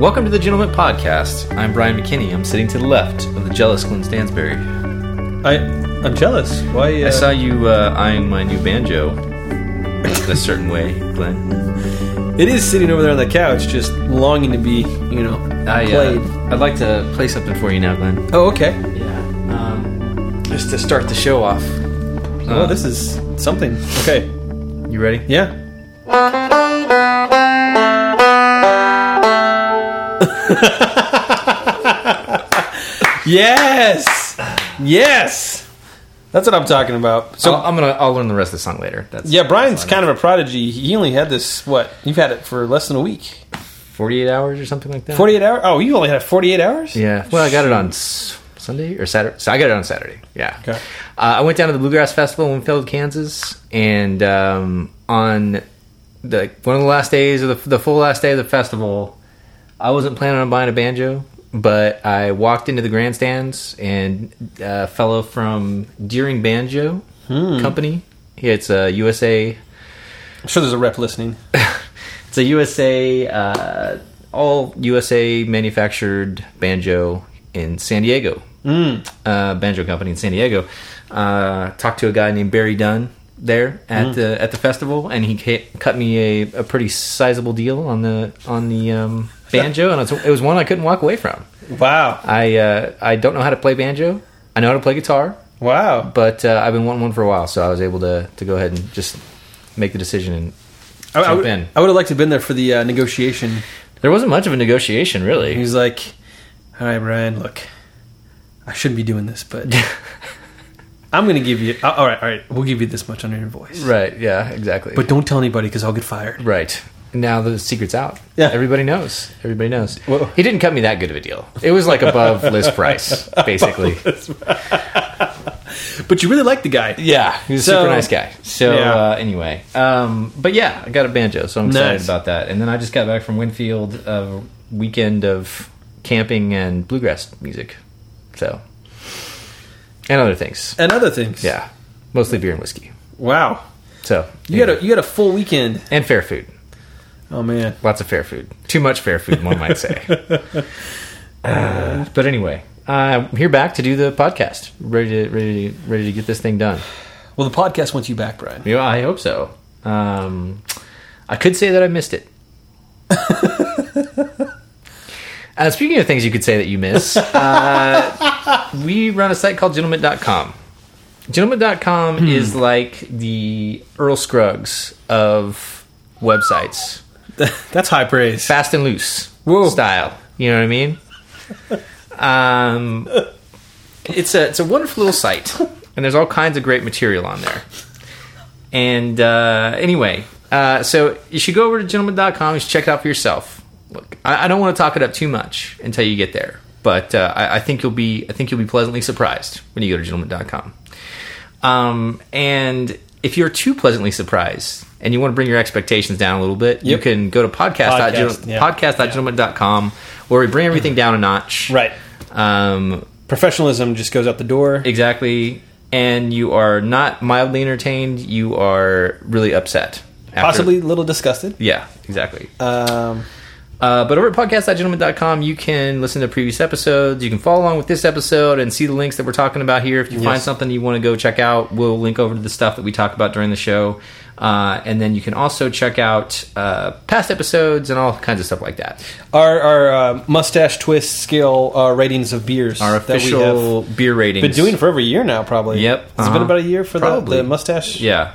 Welcome to the Gentleman Podcast. I'm Brian McKinney. I'm sitting to the left of the jealous Glenn Stansberry. I I'm jealous. Why? Uh, I saw you uh, eyeing my new banjo in a certain way, Glenn. it is sitting over there on the couch, just longing to be, you know, I, played. uh, I'd like to play something for you now, Glenn. oh, okay. Yeah. Um, just to start the show off. Uh. oh, this is something. Okay. You ready? Yeah. yes. Yes. That's what I'm talking about. So So I'm gonna. I'll learn the rest of the song later. That's yeah, Brian's kind of a prodigy. He only had this. What? You've had it for less than a week. 48 hours or something like that. 48 hours. Oh, you only had it 48 hours. Yeah. Well, I got it on S- Sunday or Saturday. So I got it on Saturday. Yeah. Okay. Uh, I went down to the Bluegrass Festival in Winfield, Kansas, and um, on the one of the last days of the, the full last day of the festival, I wasn't planning on buying a banjo, but I walked into the grandstands and uh, a fellow from Deering Banjo Company. Yeah, it's a USA I'm sure there's a rep listening. it's a USA, uh, all USA manufactured banjo in San Diego. Mm. Uh, banjo company in San Diego. Uh, talked to a guy named Barry Dunn there at the at the festival, and he ca- cut me a, a pretty sizable deal on the on the um, banjo, and it's- it was one I couldn't walk away from. Wow. I uh, I don't know how to play banjo. I know how to play guitar, Wow. but uh, I've been wanting one for a while, so I was able to to go ahead and just make the decision and I, I Jump would, in. I would have liked to have been there for the uh, negotiation. There wasn't much of a negotiation, He really. was like, "All right, Brian, look, I shouldn't be doing this, but I'm going to give you. uh, All right, all right, we'll give you this much under your voice, right? Yeah, exactly. but don't tell anybody because I'll get fired." right now the secret's out. Yeah. everybody knows. Everybody knows. Whoa. He didn't cut me that good of a deal. It was like above list price, basically. But you really like the guy. yeah, he was a So- super nice guy. So Yeah. uh, anyway, um, but yeah, I got a banjo, so I'm excited Nice. about that. And then I just got back from Winfield, a weekend of camping and bluegrass music, so and other things. And other things. Yeah, mostly beer and whiskey. Wow. So You had a you had a full weekend. and fair food. Oh man. Lots of fair food. Too much fair food, one might say. Uh, but anyway, uh, I'm here back to do the podcast. Ready to ready to, ready to get this thing done. Well, the podcast wants you back, Brian. Yeah, I hope so. Um, I could say that I missed it. uh, speaking of things you could say that you miss, uh, we run a site called gentleman.com. Gentleman.com is like the Earl Scruggs of websites. That's high praise. fast and loose Whoa. style. You know what I mean? Um, it's a it's a wonderful little site, and there's all kinds of great material on there. And uh, anyway, uh, so you should go over to gentleman.com. You should check it out for yourself. Look, I, I don't want to talk it up too much until you get there, but uh, I, I think you'll be I think you'll be pleasantly surprised when you go to gentleman.com. Um, and if you're too pleasantly surprised and you want to bring your expectations down a little bit, you Yep. can go to podcast Podcast, yeah. podcast.gentleman.com where we bring everything down a notch. Right. Um, Professionalism just goes out the door. exactly. And you are not mildly entertained. You are really upset. after- Possibly a little disgusted. Yeah, exactly. Um, Uh, but over at podcast.gentleman.com, you can listen to previous episodes. You can follow along with this episode and see the links that we're talking about here. If you find something you want to go check out, we'll link over to the stuff that we talk about during the show. Uh, and then you can also check out uh, past episodes and all kinds of stuff like that. our our uh, mustache twist scale uh, ratings of beers. Our that we have official beer ratings. been doing for over a year now, probably. Yep. It's Uh-huh. been about a year for the, Probably. the mustache, Yeah.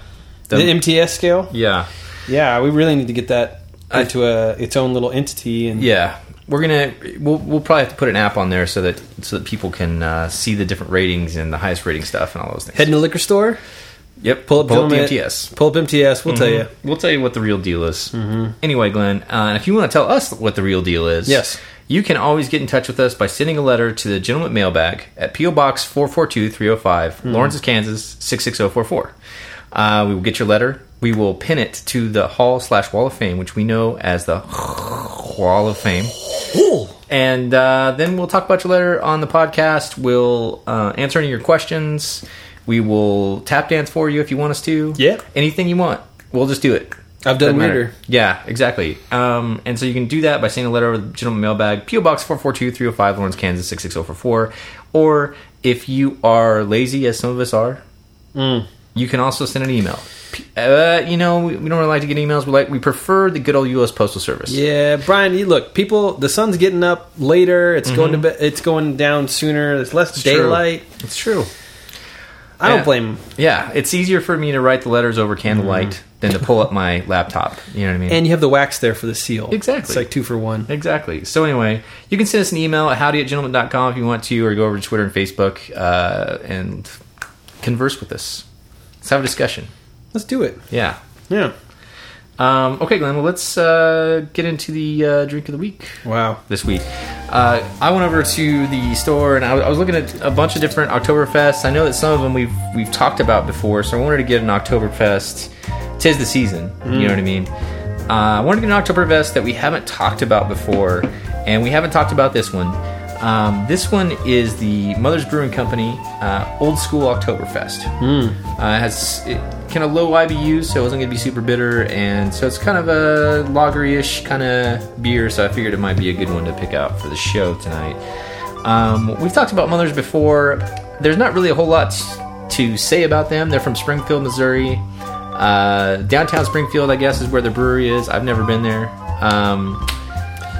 the, The- MTS scale. yeah. Yeah, we really need to get that I- into a its own little entity. And Yeah. We're gonna we'll, we'll probably have to put an app on there so that so that people can uh, see the different ratings and the highest rating stuff and all those things. head in the liquor store, yep, pull Gentleman- up the MTS. Pull up MTS. We'll tell you. Mm-hmm. We'll tell you what the real deal is. Anyway, Glenn, uh, if you want to tell us what the real deal is, Yes. You can always get in touch with us by sending a letter to the Gentleman Mailbag at P.O. Box 442 305, Lawrence, Kansas 66044. Uh, we will get your letter. We will pin it to the Hall slash Wall of Fame, which we know as the Hall of Fame. And uh, then we'll talk about your letter on the podcast. We'll uh, answer any of your questions. We will tap dance for you if you want us to. Yeah. Anything you want. We'll just do it. I've done Doesn't matter. weirder. Yeah, exactly. Um, and so you can do that by sending a letter over the Gentleman Mailbag, P.O. Box 442 305, Lawrence, Kansas 66044. Or if you are lazy, as some of us are, Mm. you can also send an email. P- Uh, you know, we, we don't really like to get emails. We like we prefer the good old U.S. Postal Service. Yeah, Brian, you look, people, the sun's getting up later. It's going to be, it's going down sooner. There's less true. daylight. Mm-hmm. It's true. I Yeah. don't blame 'em. Yeah, it's easier for me to write the letters over candlelight than to pull up my laptop. You know what I mean? And you have the wax there for the seal. Exactly. It's like two for one. Exactly. So anyway, you can send us an email at howdy at com if you want to, or go over to Twitter and Facebook uh, and converse with us. Let's have a discussion. Let's do it. Yeah. Yeah. Um, okay, Glenn. Well, let's uh, get into the uh, drink of the week Wow. this week. Uh, I went over to the store and I was, I was looking at a bunch of different Oktoberfests. I know that some of them we've we've talked about before, so I wanted to get an Oktoberfest. Tis the season, you know what I mean. Uh, I wanted to get an Oktoberfest that we haven't talked about before, and we haven't talked about this one. Um, this one is the Mother's Brewing Company uh, Old School Oktoberfest. Uh, it has it, kind of low IBU, so it wasn't going to be super bitter, and so it's kind of a lagery-ish kind of beer. So I figured it might be a good one to pick out for the show tonight. Um, we've talked about Mothers before. There's not really a whole lot to say about them. They're from Springfield, Missouri. Uh, downtown Springfield, I guess, is where the brewery is. I've never been there. Um,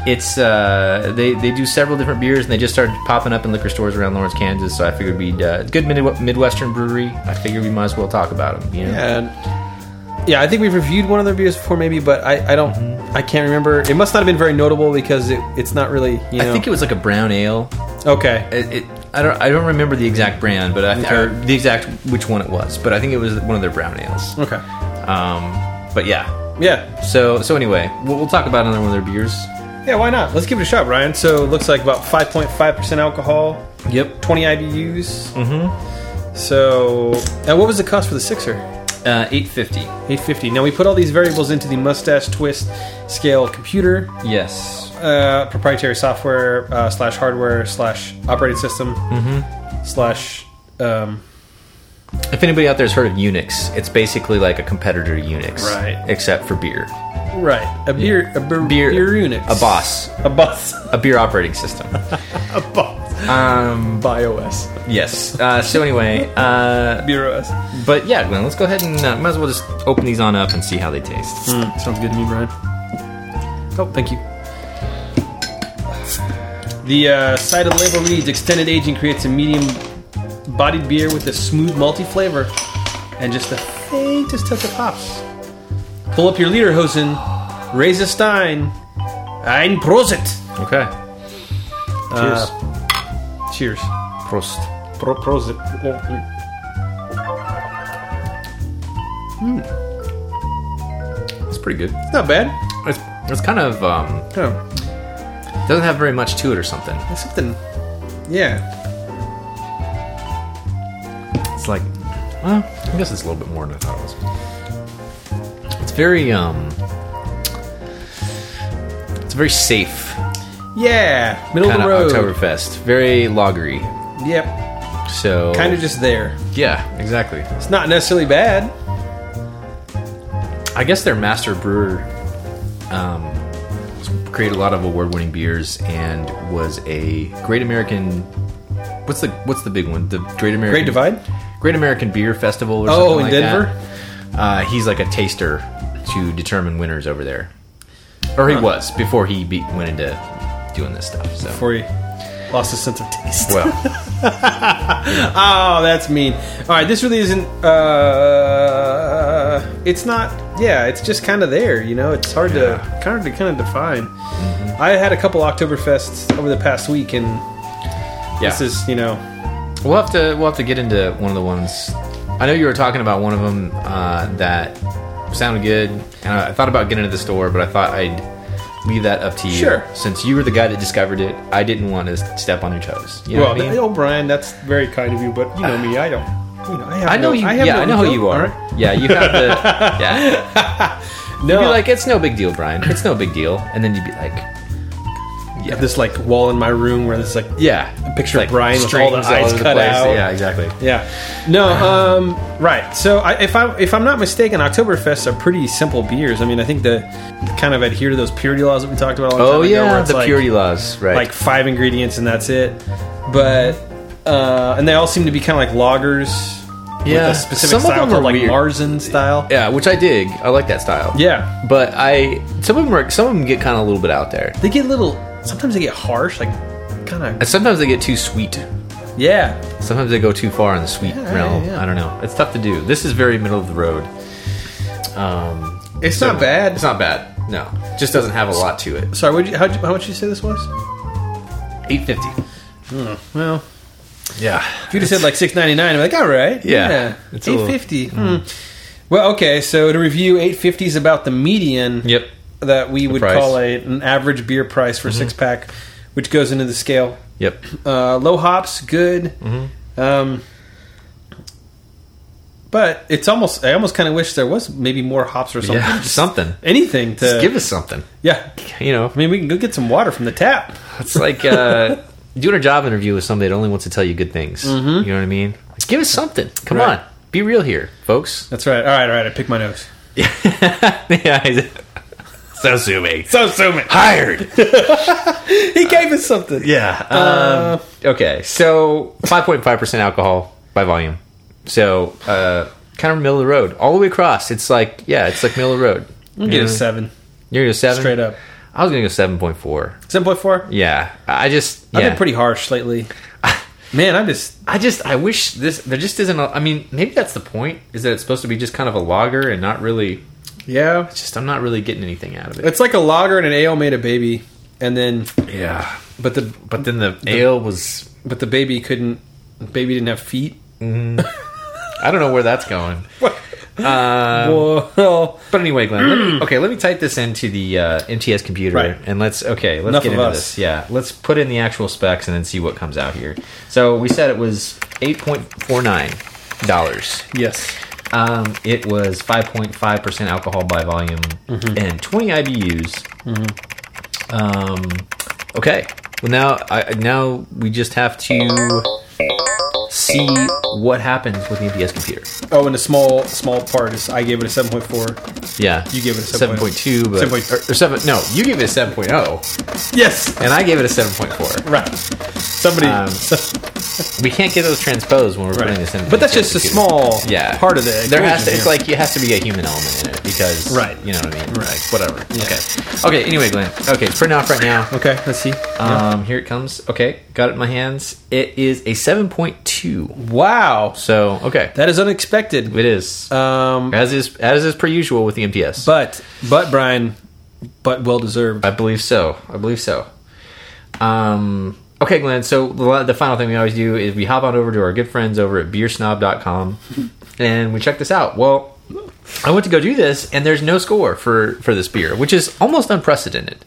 it's uh, they they do several different beers and they just started popping up in liquor stores around Lawrence, Kansas. So I figured we'd uh, good mid- Midwestern brewery. I figured we might as well talk about them. You know? And yeah, I think we've reviewed one of their beers before, maybe, but I, I don't, Mm-hmm. I can't remember. It must not have been very notable because it, it's not really, you know. I think it was like a brown ale. was, okay. It, it, I don't I don't remember the exact brand, but I th- or the exact which one it was. But I think it was one of their brown ales. Okay. Um, but yeah. Yeah. So so anyway, we'll, we'll talk about another one of their beers. Yeah, why not? Let's give it a shot, Ryan. So it looks like about 5.5% alcohol, Yep. 20 IBUs. Mm Mm-hmm. hmm. So, and what was the cost for the Sixer? Uh, Eight fifty. 850. Now we put all these variables into the mustache twist scale computer, Yes. uh, proprietary software uh, slash hardware slash operating system Mm-hmm. slash. Um, If anybody out there's heard of Unix, it's basically like a competitor to Unix, Right. Except for beer. right, a beer, a beer, Beer- beer, unit, A boss, a boss, a beer operating system. a boss, um, BioS, yes. Uh, so anyway, uh, beer OS. but yeah, Glenn, let's go ahead and uh, might as well just open these on up and see how they taste. Sounds good to me, Brian. Oh, thank you. The uh, side of the label reads Extended aging creates a medium bodied beer with a smooth, malty flavor and just the faintest touch of hops. Pull up your Lederhosen, raise a Stein, ein Prosit. Okay. Cheers. Cheers. Prost. Pro- Prosit. It's pretty good. Not bad. It's, it's kind of um, Oh, doesn't have very much to it or something. that's something. Yeah. It's like, well, I guess it's a little bit more than I thought it was. It's very um, it's very safe Yeah. Middle kind of of the road. Oktoberfest. Very lagery. Yep. So Kind of just there. yeah, exactly. It's not necessarily bad. I guess their master brewer um, created a lot of award-winning beers and was a Great American. What's the what's the big one? The Great American Great Divide? Great American Beer Festival. Or Oh, something in like Denver? that. Uh, he's like a taster to determine winners over there, or he was before he be, went into doing this stuff. So Before he lost his sense of taste. well, Oh, that's mean. All right, this really isn't. Uh, it's not. Yeah, it's just kind of there. You know, it's hard Yeah. to kind of to kind of define. I had a couple Oktoberfests over the past week, and yeah. this is you know. We'll have to we'll have to get into one of the ones. I know you were talking about one of them uh, that sounded good, and I, I thought about getting to the store, but I thought I'd leave that up to you. Sure. Since you were the guy that discovered it, I didn't want to step on your toes. You know well, what I mean? oh, Brian, that's very kind of you, but you know me, I don't. You know, I, have I know no- you. I have yeah, no I know who ego, you are. all right? Yeah, you have the. Yeah, No, you'd be like, it's no big deal, Brian. It's no big deal, and then you'd be like, I have this like wall in my room where there's like yeah, picture of Brian with all the strings eyes over cut place. out. Yeah, exactly. Yeah. No, um, right. So I, if I if I'm not mistaken, Oktoberfests are pretty simple beers. I mean, I think the kind of adhere to those purity laws that we talked about. A long Oh time ago, where yeah, it's the like, purity laws, right? like five ingredients and that's it. But uh, and they all seem to be kind of like loggers. Yeah. with a specific Some of style them are called, like weird. Marzen style. yeah, which I dig. I like that style. yeah, but I some of them are some of them get kind of a little bit out there. they get little. Sometimes they get harsh, like kind And Sometimes they get too sweet. of. Yeah, Sometimes they go too far in the sweet Yeah, realm. yeah, yeah. I don't know. It's tough to do. This is very middle of the road. Um, it's so- not bad. It's not bad. No, just doesn't have a lot to it. Sorry, what'd you, how'd you, how much you say this was? Eight fifty. Well, Yeah. if you just said like six ninety nine, I'm like, all right, Yeah, eight it's a little- Mm. fifty. Hmm. Well, okay, so to review, eight fifty is about the median. Yep. That we would price. Mm-hmm. call a, an average beer price for a six pack, which goes into the scale. Yep. Uh, low hops, good. Mm-hmm. Um, but it's almost. I almost kind of wish there was maybe more hops or something. Yeah. Just Something. Anything to Just give us something. Yeah, You know, I mean, we can go get some water from the tap. it's like uh, doing a job interview with somebody that only wants to tell you good things. You know what I mean? Like, give us something. Come Mm-hmm. Right. on. Be real here, folks. That's right. All right, all right. I pick my nose. yeah. So zooming. So assuming Hired. he gave us something. Yeah. Um, okay. So 5.5% alcohol by volume. So uh, kind of middle of the road. All the way across. It's like, yeah, it's like middle of the road. I'm gonna get a seven You're going to go 7? straight up. I was going to go 7.4. Seven point four. Yeah. I just. Yeah. I've been pretty harsh lately. Man, I'm just I just. I wish this. There just isn't a. I mean, maybe that's the point, is that it's supposed to be just kind of a lager and not really. yeah. Just, I'm not really getting anything out of it. It's like a lager and an ale made a baby, and then Yeah. but the But then the ale was. but the baby couldn't. The baby didn't have feet. I don't know where that's going. well, Um, But anyway, Glenn. Let me, okay, let me type this into the uh, MTS computer, Mm. Right. and let's okay, let's Enough get of into us. this. Yeah, let's put in the actual specs and then see what comes out here. So we said it was eight point four nine dollars. yes. Um, it was five point five percent alcohol by volume Mm-hmm. and twenty IBUs. Um, okay, well now I now we just have to see what happens with the MTS computer. Oh, and a small small part is I gave it a seven point four. Yeah, You gave it a seven point two, but 7.0. or, or seven. No, you gave it a seven oh, Yes, and I gave it a seven point four. right. Somebody, Um, We can't get those transposed when we're right. putting this in. but that's just a small yeah part of the. There has to, equation it's here. like it has to be a human element in it because Right. You know what I mean? Right. Like, whatever. Okay. Okay. Anyway, Glenn. Okay, it's printing off right now. okay. Let's see. Um, here it comes. Okay, got it in my hands. It is a seven point two. wow, So okay, that is unexpected. it is Um, as is as is per usual with the MTS. but but Brian, but well deserved. I believe so. I believe so. Um, okay, Glenn. So the, la- the final thing we always do is we hop on over to our good friends over at beersnob.com and we check this out. Well, I went to go do this, and there's no score for for this beer, which is almost unprecedented.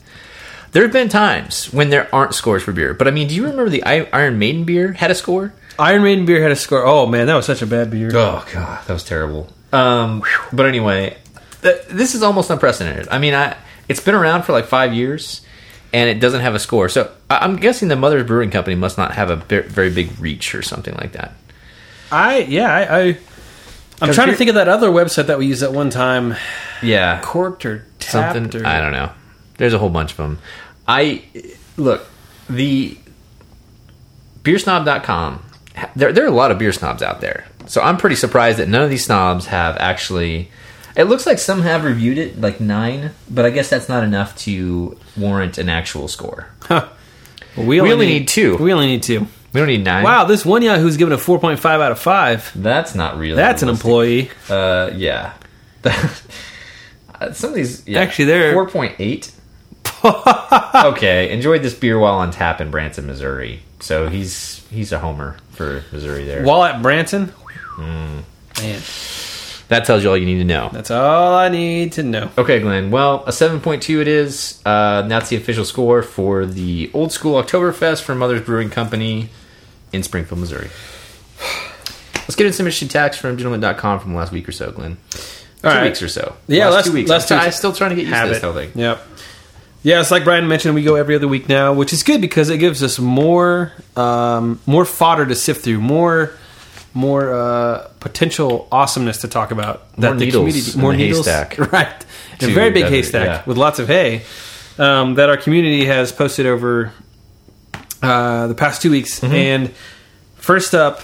There have been times when there aren't scores for beer, but I mean, do you remember the I- Iron Maiden beer had a score? Iron Maiden beer had a score. Oh man, that was such a bad beer. Oh god, that was terrible. Um, but anyway, th- this is almost unprecedented. I mean, I it's been around for like five years, and it doesn't have a score. So I- I'm guessing the Mother's Brewing Company must not have a ve- very big reach or something like that. I yeah I. I I'm trying to you're- think of that other website that we used at one time, Yeah, corked or tapped something. or I don't know. There's a whole bunch of them. I look the beersnob.com. ha- There, there are a lot of beer snobs out there, so I'm pretty surprised that none of these snobs have actually. It looks like some have reviewed it, like nine, but I guess that's not enough to warrant an actual score. We only need two. We only need two. We don't need nine. Wow, this one Yahoo's given a 4.5 out of 5. that's not really. That's an realistic. employee. Uh, yeah. Uh, Some of these yeah. Actually, they're- four point eight. okay, enjoyed this beer while on tap in Branson, Missouri. So he's he's a homer for Missouri there. Hmm. While at Branson. Man. That tells you all you need to know. That's all I need to know. Okay, Glenn. Well, a 7.2 it is. Uh, that's the official score for the old school Oktoberfest from Mother's Brewing Company in Springfield, Missouri. Let's get in some interesting tax from gentleman.com from last week or so, Glenn. Two All right. weeks or so. Yeah, last let's- two weeks. let's I'm do- try- I'm still trying to get used to this whole thing. Yep. Yeah, it's like Brian mentioned, we go every other week now, which is good because it gives us more um, more fodder to sift through, more more uh, potential awesomeness to talk about. More needles in the haystack. right? A To very big gather, haystack yeah. with lots of hay um, that our community has posted over uh, the past two weeks. Mm-hmm. And first up,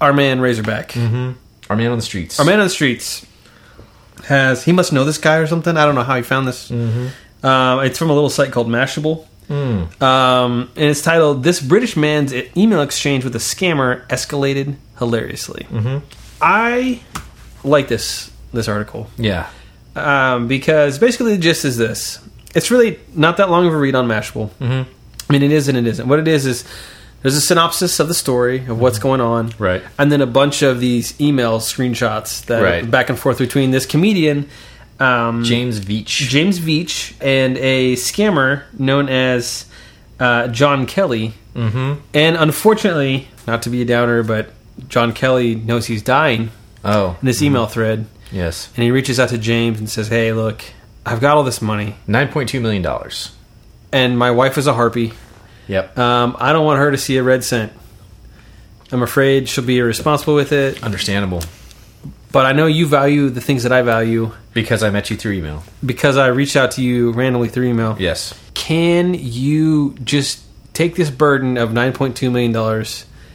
our man Razorback. Our man on the streets. Our man on the streets has he must know this guy or something. I don't know how he found this. Um, it's from a little site called Mashable, um, and it's titled "This British Man's Email Exchange with a Scammer Escalated Hilariously." I like this this article Yeah. um, because basically the gist is this: it's really not that long of a read on Mashable. Mm-hmm. I mean, it is and it isn't. What it is is there's a synopsis of the story of what's going on, Right. And then a bunch of these email screenshots that Right. back and forth between this comedian um, James Veach. James Veach and a scammer known as uh, John Kelly. Mm-hmm. And unfortunately, not to be a downer, but John Kelly knows he's dying oh, in this email thread. yes. And he reaches out to James and says, Hey, look, I've got all this money, $9.2 million. and my wife is a harpy. Yep. Um, I don't want her to see a red cent. I'm afraid she'll be irresponsible with it, Understandable. but I know you value the things that I value Because I met you through email. because I reached out to you randomly through email. Yes. Can you just take this burden of $9.2 million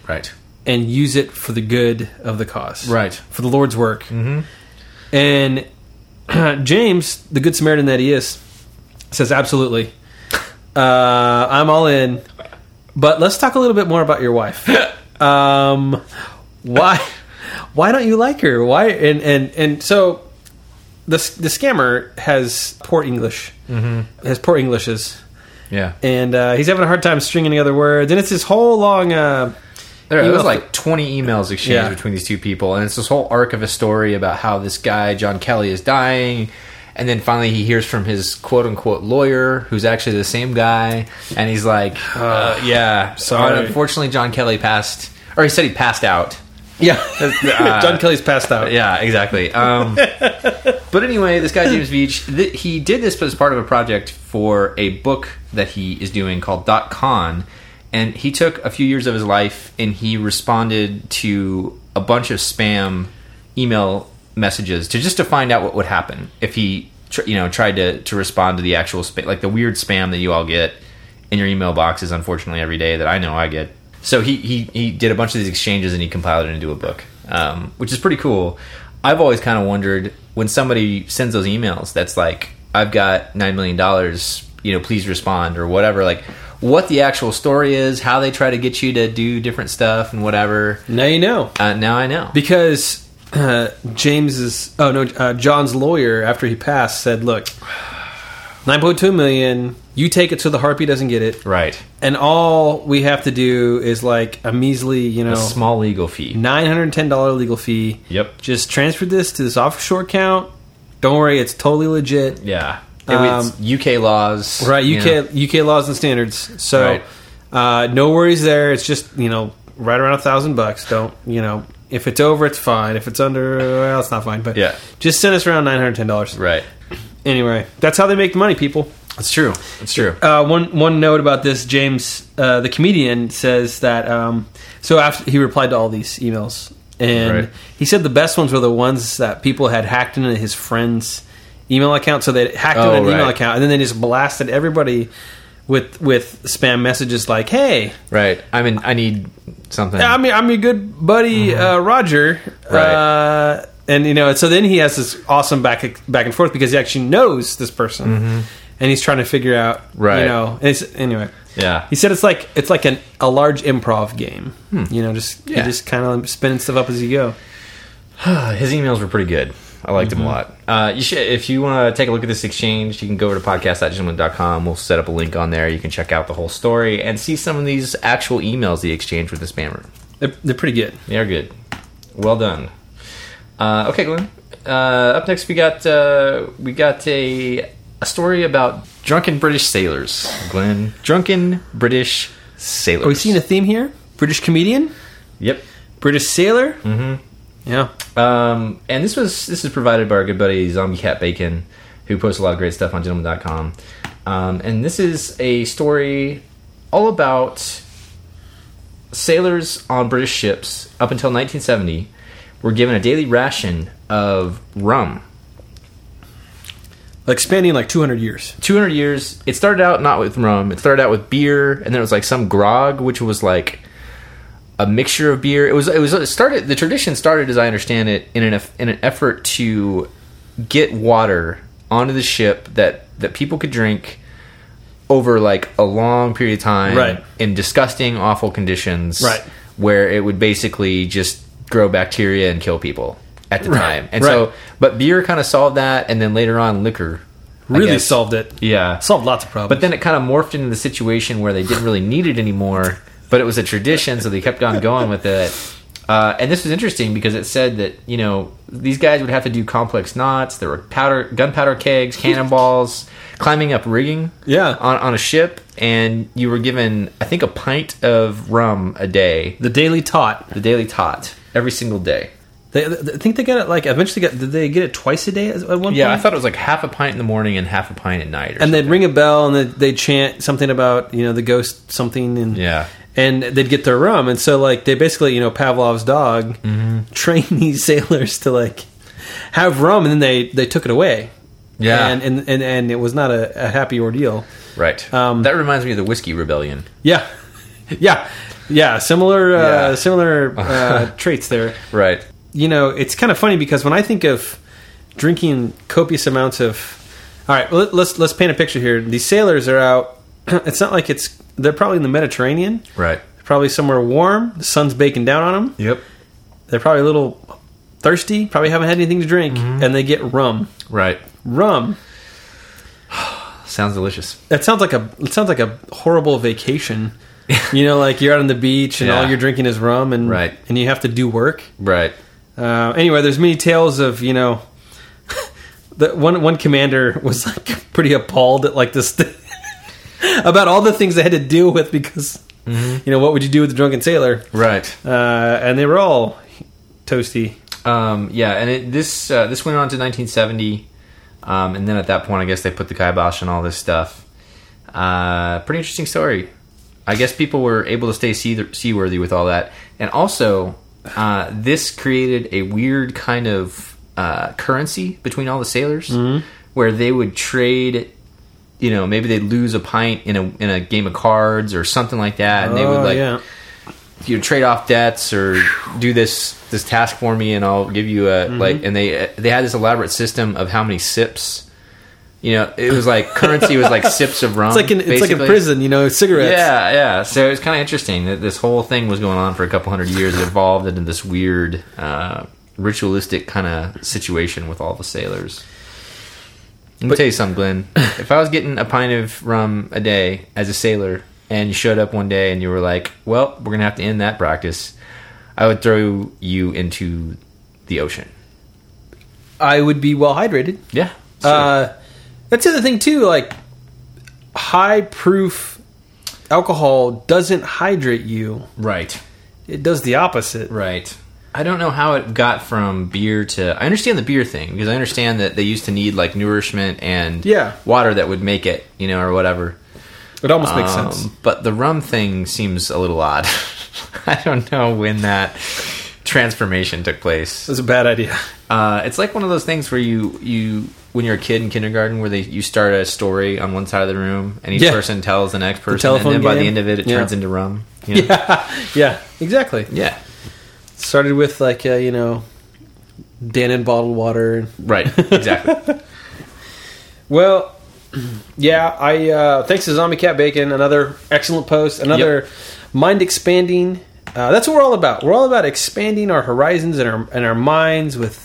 Right. and use it for the good of the cause? Right. For the Lord's work. Mm-hmm. And James, the good Samaritan that he is, says, Absolutely. Uh, I'm all in. But let's talk a little bit more about your wife. um, why? Why don't you like her? Why? And and and so the the scammer has poor English. Mm-hmm. Has poor Englishes, Yeah. and uh, he's having a hard time stringing together words. And it's this whole long. Uh, There it Email was th- like 20 emails exchanged Yeah. between these two people, and it's this whole arc of a story about how this guy, John Kelly, is dying. And then finally, he hears from his quote unquote lawyer, who's actually the same guy, and he's like, uh, Yeah, sorry. uh, Unfortunately, John Kelly passed, or he said he passed out. yeah, Uh, John Kelly's passed out. Yeah, exactly. Um, but anyway, this guy James Veach, th- he did this as part of a project for a book that he is doing called Dot Con, and he took a few years of his life and he responded to a bunch of spam email messages to just to find out what would happen if he, tr- you know, tried to to respond to the actual spam, like the weird spam that you all get in your email boxes, unfortunately, every day that I know I get. So he, he, he did a bunch of these exchanges and he compiled it into a book, um, which is pretty cool. I've always kind of wondered when somebody sends those emails that's like, I've got $9 million, you know, please respond or whatever, like what the actual story is, how they try to get you to do different stuff and whatever. Now you know. Uh, now I know. because uh, James's oh no uh, John's lawyer after he passed said look 9.2 million you take it so the harpy doesn't get it Right. and all we have to do is like a measly you know A small legal fee. $910 legal fee Yep. just transfer this to this offshore account don't worry it's totally legit Yeah. Um, it's UK laws. right you UK know. UK laws and standards so uh, no worries there it's just you know right around a thousand bucks don't you know if it's over it's fine if it's under well it's not fine but Yeah. just send us around nine hundred ten dollars Right. anyway that's how they make the money people It's true. It's true. uh, one one note about this James uh, the comedian says that um, so after he replied to all these emails and Right. he said the best ones were the ones that people had hacked into his friends email account so they hacked Oh, into an email right. account and then they just blasted everybody with with spam messages like hey Right. I mean, I need something. I'm your, I'm your good buddy uh, Roger. Mm-hmm. Right. Uh, and you know, so then he has this awesome back back and forth because he actually knows this person, and he's trying to figure out, Mm-hmm. Right. You know, and it's, anyway, Yeah. He said it's like it's like an, a large improv game. You know, just you Yeah. just kind of spinning stuff up as you go. Ah, His emails were pretty good. I liked him a lot. Uh, you should, if you want to take a look at this exchange, you can go over to podcast.gentleman.com. We'll set up a link on there. You can check out the whole story and see some of these actual emails he exchanged with the spammer. They're, they're pretty good. They are good. Well done. Uh, okay, Glenn. Uh, up next, we got uh, we got a a story about drunken British sailors. Glenn, drunken British sailors. Are we seeing a theme here? British comedian, Yep. British sailor. Mm-hmm. Yeah. Um, and this was this is provided by our good buddy Zombie Cat Bacon, who posts a lot of great stuff on gentleman.com. Um, and this is a story all about sailors on British ships up until 1970 were given a daily ration of rum. Like spanning like 200 years. 200 years. It started out not with rum. It started out with beer, and then it was like some grog, which was like a mixture of beer. It was it was it started. The tradition started, as I understand it, in an eff- in an effort to get water onto the ship that that people could drink over like a long period of time, Right. In disgusting, awful conditions, Right. Where it would basically just grow bacteria and kill people at the Right, time, and right. so but beer kind of solved that, and then later on liquor. I Really guess. solved it. Yeah. Solved lots of problems. But then it kind of morphed into the situation where they didn't really need it anymore, but it was a tradition, so they kept on going with it. Uh, and this was interesting because it said that you know these guys would have to do complex knots. There were powder, gunpowder kegs, cannonballs, climbing up rigging, Yeah. on, on a ship, and you were given I think a pint of rum a day, the Daily Tot. the daily tot, every single day. They, they- I think they got it like eventually got. Did they get it twice a day at at one point? Yeah, I thought it was like half a pint in the morning and half a pint at night. Or Hmm. and something. they'd ring a bell and they'd, they'd chant something about you know the ghost something and Yeah. and they'd get their rum and so like they basically you know Pavlov's dog Mm-hmm. trained these sailors to like have rum and then they they took it away yeah, and and and, and it was not a, a happy ordeal right. um, that reminds me of the whiskey rebellion. yeah yeah yeah similar uh, Yeah. similar uh, traits there Right. you know, it's kind of funny because when I think of drinking copious amounts of, all right, let, let's let's paint a picture here. These sailors are out. It's not like it's they're probably in the Mediterranean, Right. probably somewhere warm. The sun's baking down on them. Yep. They're probably a little thirsty. Probably haven't had anything to drink, Mm-hmm. and they get rum. Right. Rum. Sounds delicious. That sounds like a it sounds like a horrible vacation. you know, like you're out on the beach and all Yeah. you're drinking is rum, and Right. and you have to do work. Right. Uh, anyway, there's many tales of you know, the one one commander was like pretty appalled at like this thing about all the things they had to deal with because Mm-hmm. you know what would you do with a drunken sailor? Right. Uh, and they were all toasty. Um, yeah, and it, this uh, this went on to 1970, um, and then at that point, I guess they put the kibosh on all this stuff. Uh, pretty interesting story. I guess people were able to stay sea- seaworthy with all that, and also uh, this created a weird kind of uh, currency between all the sailors, where they would trade. You know, maybe they'd lose a pint in a in a game of cards or something like that, and they would Oh, like yeah. you know, trade off debts or do this this task for me and I'll give you a Mm-hmm. like and they they had this elaborate system of how many sips you know it was like currency was like sips of rum It's like in, it's like in basically. prison, you know, cigarettes. yeah yeah so it's kind of interesting that this whole thing was going on for a couple hundred years it evolved into this weird uh, ritualistic kind of situation with all the sailors let me tell you something, Glenn. if I was getting a pint of rum a day as a sailor, and you showed up one day and you were like, "Well, we're gonna have to end that practice," I would throw you into the ocean. I would be well hydrated. Yeah, Uh, that's the other thing too. Like high proof alcohol doesn't hydrate you; right, it does the opposite. right. I don't know how it got from beer to. I understand the beer thing because I understand that they used to need like nourishment and Yeah. water that would make it, you know, or whatever. It almost makes Um, sense. But the rum thing seems a little odd. I don't know when that transformation took place. That's a bad idea. Uh, it's like one of those things where you you when you're a kid in kindergarten where they you start a story on one side of the room and each Yeah. person tells the next person and telephone then by the game. end of it it Yeah. turns into rum. you know? yeah, exactly. Yeah. Started with like uh, you know, Dan and bottled water. Right. Exactly. Well, yeah. I uh, thanks to Zombie Cat Bacon, another excellent post, another mind expanding. Uh, that's what we're all about. We're all about expanding our horizons and our and our minds with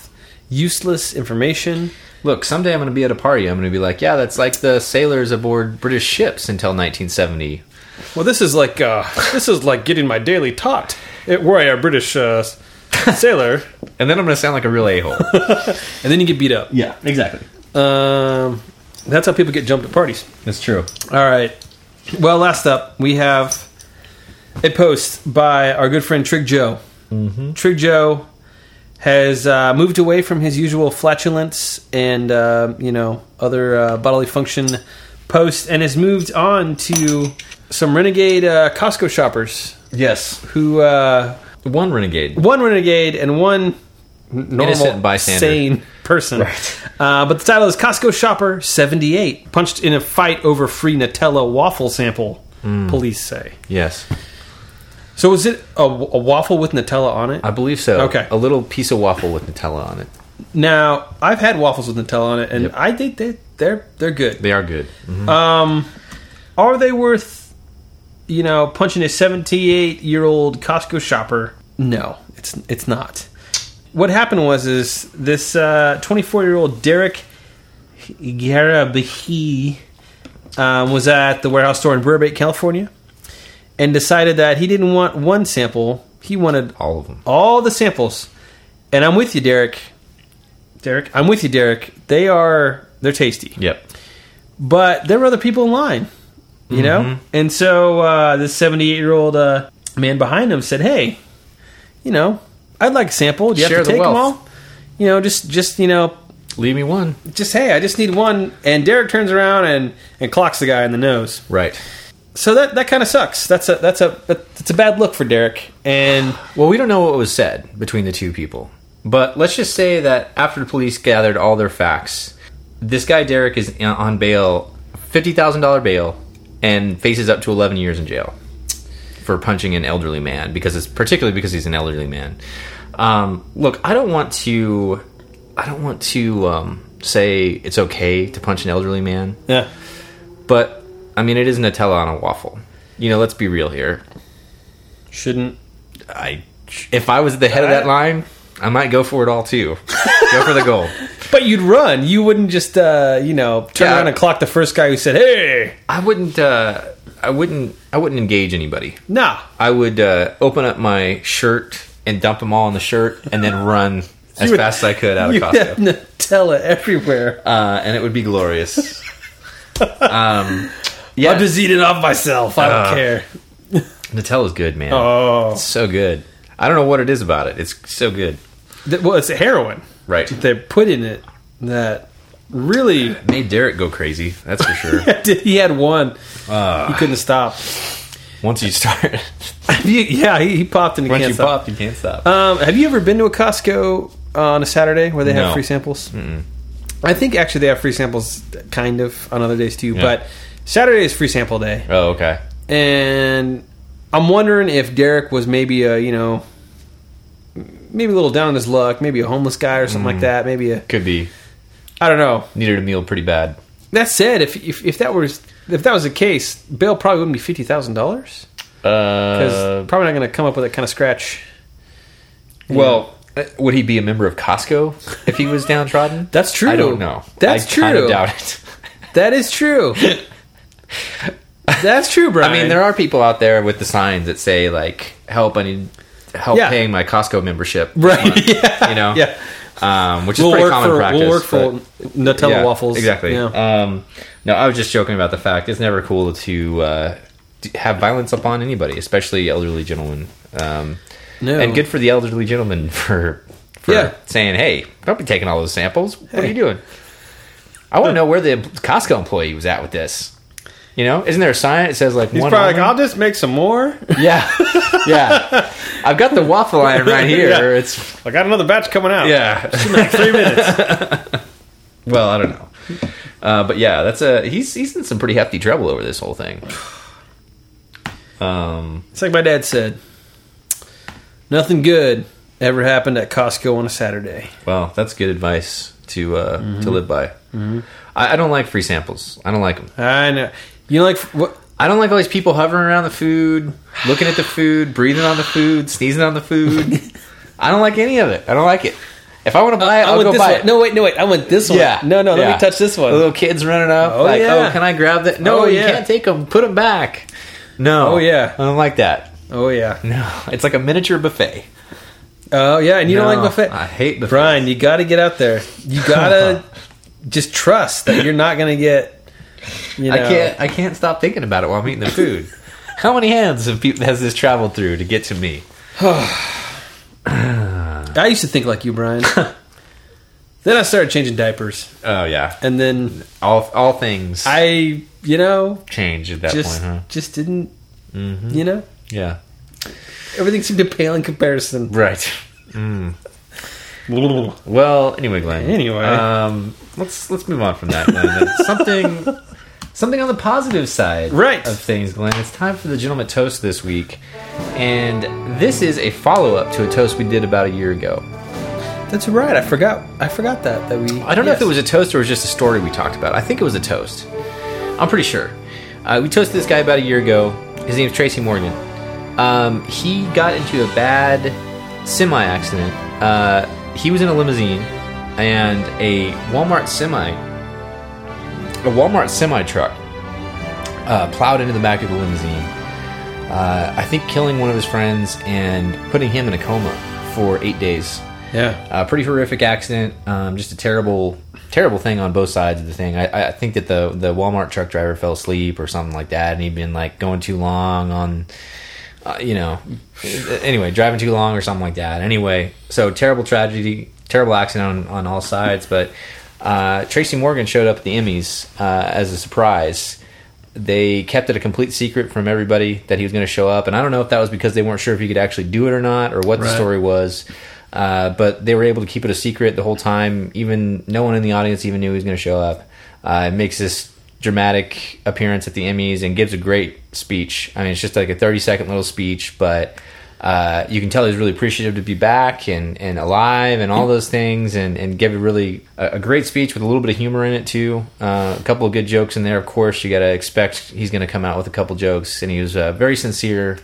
useless information. Look, someday I'm going to be at a party. I'm going to be like, yeah, that's like the sailors aboard British ships until 1970. Well, this is like uh, this is like getting my daily tot. It, were I a British uh, sailor, and then I'm going to sound like a real a hole. and then you get beat up. Yeah, exactly. Um, that's how people get jumped at parties. That's true. All right. Well, last up, we have a post by our good friend Trig Joe. Trig Joe has uh, moved away from his usual flatulence and uh, you know other uh, bodily function posts, and has moved on to some renegade uh, Costco shoppers Yes. who uh, One renegade. one renegade and one n- normal Innocent bystander. sane person. Uh, but the title is Costco Shopper 78 punched in a fight over free Nutella waffle sample. Police say. Yes, So was it a, a waffle with Nutella on it? I believe so. Okay. a little piece of waffle with Nutella on it. now I've had waffles with Nutella on it, and Yep. I think they they're they're good. They are good. Mhm. Are they worth you know punching a 78 year old Costco shopper? No, it's it's not. What happened was is this 24 year old Derek Garabahi um, was at the warehouse store in Burbank, California, and decided that he didn't want one sample. He wanted All of them. all the samples. And I'm with you, Derek. Derek, I'm with you, Derek. They are they're tasty, Yep. but there were other people in line, you know. Mm-hmm. And so uh, this 78 year old uh, man behind him said, "Hey, you know, I'd like a sample. Do you Share have to the take them wealth." all? You know, just just you know, Leave me one. just hey, I just need one." And Derek turns around and and clocks the guy in the nose Right. so that that kind of sucks. That's a that's a that's a bad look for Derek. And Well, we don't know what was said between the two people, but let's just say that after the police gathered all their facts, this guy Derek is on bail, fifty thousand dollar bail, and faces up to eleven years in jail for punching an elderly man because it's particularly because he's an elderly man. Um, look, I don't want to, I don't want to um, say it's okay to punch an elderly man, yeah, but I mean it is Nutella on a waffle. You know, let's be real here. shouldn't I if I was at the head of Uh, that line, I might go for it all too. go for the goal. but you'd run. You wouldn't just uh, you know turn Yeah. around and clock the first guy who said hey. I wouldn't. Uh, I wouldn't. I wouldn't engage anybody. Nah, I would uh, open up my shirt and dump them all in the shirt, and then run as would- fast as I could out you of Costco, have Nutella everywhere. uh, and it would be glorious. I'll just eat it off myself. I Uh, don't care. Nutella's good, man. Oh, It's so good. I don't know what it is about it. It's so good. Th- well, it's heroin. Right. They put in it that really Made Derek go crazy. That's for sure. he had one. Uh. he couldn't stop. Once you start, yeah, he, he popped and he once can't you stop. pop, you can't stop. Um, have you ever been to a Costco on a Saturday where they have No. free samples? I think actually they have free samples, kind of, on other days too. But Saturday is free sample day, oh, okay. and I'm wondering if Derek was maybe a you know, maybe a little down on his luck, maybe a homeless guy or Mm. something like that. Maybe a Could be I don't know. needed a meal pretty bad. That said, if if, if that was if that was the case, bail probably wouldn't be fifty thousand dollars because Uh, probably not going to come up with that kind of scratch. Well, uh, would he be a member of Costco if he was downtrodden? That's true. I don't know. That's I true. Kind of doubt it. That is true. That's true, Brian. I mean, there are people out there with the signs that say like, "Help! I need help Yeah. paying my Costco membership." this Right, month," yeah, You know. yeah. Um, which is We'll pretty work common for practice. we'll work but- for Nutella Yeah, waffles. Exactly. Yeah. Um, no, I was just joking about the fact it's never cool to uh, d- have violence upon anybody, especially elderly gentlemen. Um, No. And good for the elderly gentleman for for Yeah. saying, "Hey, don't be taking all those samples. What are you doing?" I want to know where the Costco employee was at with this. You know, isn't there a sign that says like He's one? probably like, almond? I'll just make some more. yeah, yeah. I've got the waffle iron right here. Yeah. It's I got another batch coming out. yeah. three minutes. Well, I don't know. Uh, but yeah, that's a he's he's in some pretty hefty trouble over this whole thing. Um, It's like my dad said. Nothing good ever happened at Costco on a Saturday. well, that's good advice to uh, Mm-hmm. to live by. I, I don't like free samples. I don't like them. I know. You know, like what? I don't like all these people hovering around the food, looking at the food, breathing on the food, sneezing on the food. I don't like any of it. I don't like it. If I want to buy it, I I'll want go this buy one. it. No, wait, no, wait. I want this one. Yeah. No, no. Let Yeah. me touch this one. The little kids running up. Oh, like, yeah. oh, can I grab that? No, Oh, you yeah. can't take them. Put them back. No. Oh, yeah. I don't like that. Oh yeah. No, it's like a miniature buffet. Oh yeah, and you don't No, like buffet. I hate buffets. Brian, you got to get out there. You gotta just trust that you're not gonna get. You know, I can't. I can't stop thinking about it while I'm eating the food. How many hands have people has this traveled through to get to me? I used to think like you, Brian. then I started changing diapers, Oh yeah, and then all all things I, you know, change at that just point, huh? Mm-hmm. just didn't. You know, Yeah, everything seemed to pale in comparison. right. Well, anyway, Glenn. Anyway. um, let's let's move on from that. Glenn. It's something something on the positive side, Right. of things, Glenn. It's time for the gentleman toast this week, and this is a follow up to a toast we did about a year ago. That's right. I forgot. I forgot that that we. I don't know if yes. it was a toast or it was just a story we talked about. I think it was a toast. I'm pretty sure. Uh, we toasted this guy about a year ago. His name is Tracy Morgan. Um, he got into a bad semi accident. Uh, he was in a limousine, and a Walmart semi, a Walmart semi truck, uh, plowed into the back of the limousine. Uh, I think killing one of his friends and putting him in a coma for eight days. Yeah. Uh, pretty horrific accident. Um, just a terrible, terrible thing on both sides of the thing. I, I think that the the Walmart truck driver fell asleep or something like that, and he'd been like going too long on, uh, you know, anyway, driving too long or something like that. Anyway, so terrible tragedy, terrible accident on, on all sides. But uh, Tracy Morgan showed up at the Emmys uh, as a surprise. They kept it a complete secret from everybody that he was going to show up, and I don't know if that was because they weren't sure if he could actually do it or not, or what the Right. story was. Uh, but they were able to keep it a secret the whole time. Even no one in the audience even knew he was going to show up. Uh, it makes this dramatic appearance at the Emmys and gives a great speech. I mean, it's just like a thirty-second little speech, but uh, you can tell he's really appreciative to be back and, and alive and all those things, and and give a really a, a great speech with a little bit of humor in it too. Uh, a couple of good jokes in there, of course. You got to expect he's going to come out with a couple jokes, and he was uh, very sincere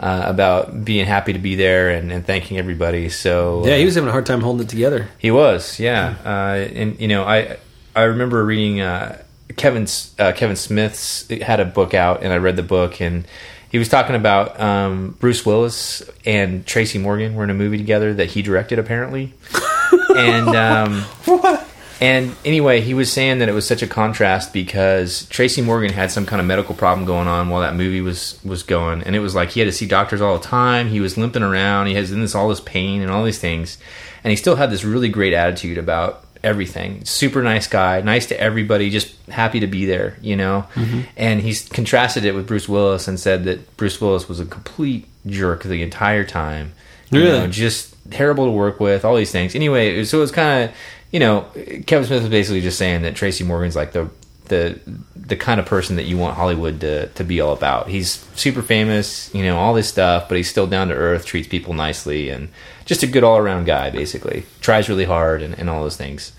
uh, about being happy to be there and, and thanking everybody. So Yeah, uh, he was having a hard time holding it together. he was, yeah. Uh, and you know, I I remember reading uh, Kevin's uh, Kevin Smith's had a book out, and I read the book, and he was talking about um, Bruce Willis and Tracy Morgan were in a movie together that he directed, apparently. and um, and anyway, he was saying that it was such a contrast because Tracy Morgan had some kind of medical problem going on while that movie was was going, and it was like he had to see doctors all the time. He was limping around. He has in this all this pain and all these things, and he still had this really great attitude about everything. Super nice guy, nice to everybody, just happy to be there, you know. And he's contrasted it with Bruce Willis and said that Bruce Willis was a complete jerk the entire time. You Really? know, just terrible to work with, all these things. Anyway, it was- so it was kind of, you know, Kevin Smith was basically just saying that Tracy Morgan's like the the the kind of person that you want Hollywood to to be all about. He's super famous, you know, all this stuff, but he's still down to earth, treats people nicely, and just a good all around guy. Basically, tries really hard and, and all those things.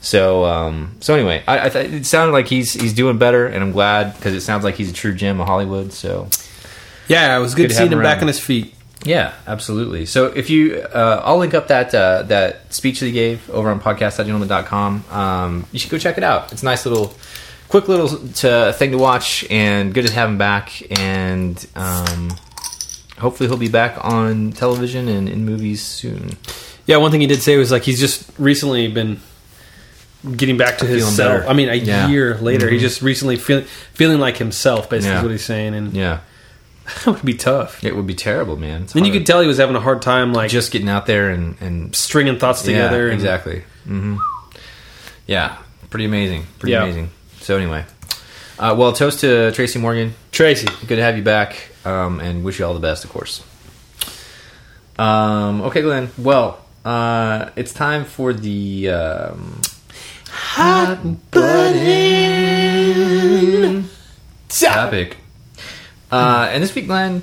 So, um, so anyway, I, I th- it sounded like he's he's doing better, and I'm glad because it sounds like he's a true gem of Hollywood. So, Yeah, it was good, Good to to have seeing him him back around. on his feet. yeah, absolutely. So if you, uh, I'll link up that uh, that speech that he gave over on podcast.gentleman.com. Um, you should go check it out. It's a nice little, quick little to, thing to watch, and good to have him back. And um, hopefully he'll be back on television and in movies soon. Yeah, one thing he did say was like he's just recently been getting back to his Feeling self. better. I mean, a Yeah. Mm-hmm. year later, he just recently feeling feeling like himself. Basically, Yeah. is what he's saying, and Yeah, that would be tough. it would be terrible, man. It's Then you hard. could tell he was having a hard time, like just just getting out there and and stringing thoughts together. Yeah, and- exactly. hmm Yeah, pretty amazing. Pretty Yeah. amazing. So anyway, uh, well, toast to Tracy Morgan. Tracy, good to have you back um, and wish you all the best of course um, okay glenn well uh, it's time for the um, hot button topic uh, and this week glenn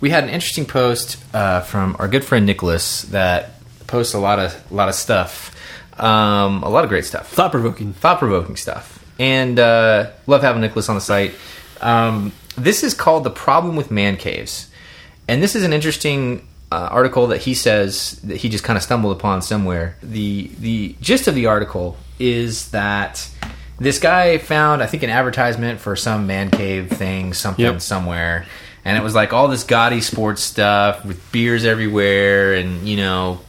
we had an interesting post uh, from our good friend nicholas that posts a lot of a lot of stuff um, a lot of great stuff thought provoking. thought provoking stuff. And uh, love having Nicholas on the site. Um, this is called The Problem with Man Caves. And this is an interesting uh, article that he says that he just kind of stumbled upon somewhere. The, the gist of the article is that this guy found, I think, an advertisement for some man cave thing, something Yep. somewhere. and it was like all this gaudy sports stuff with beers everywhere, and you know,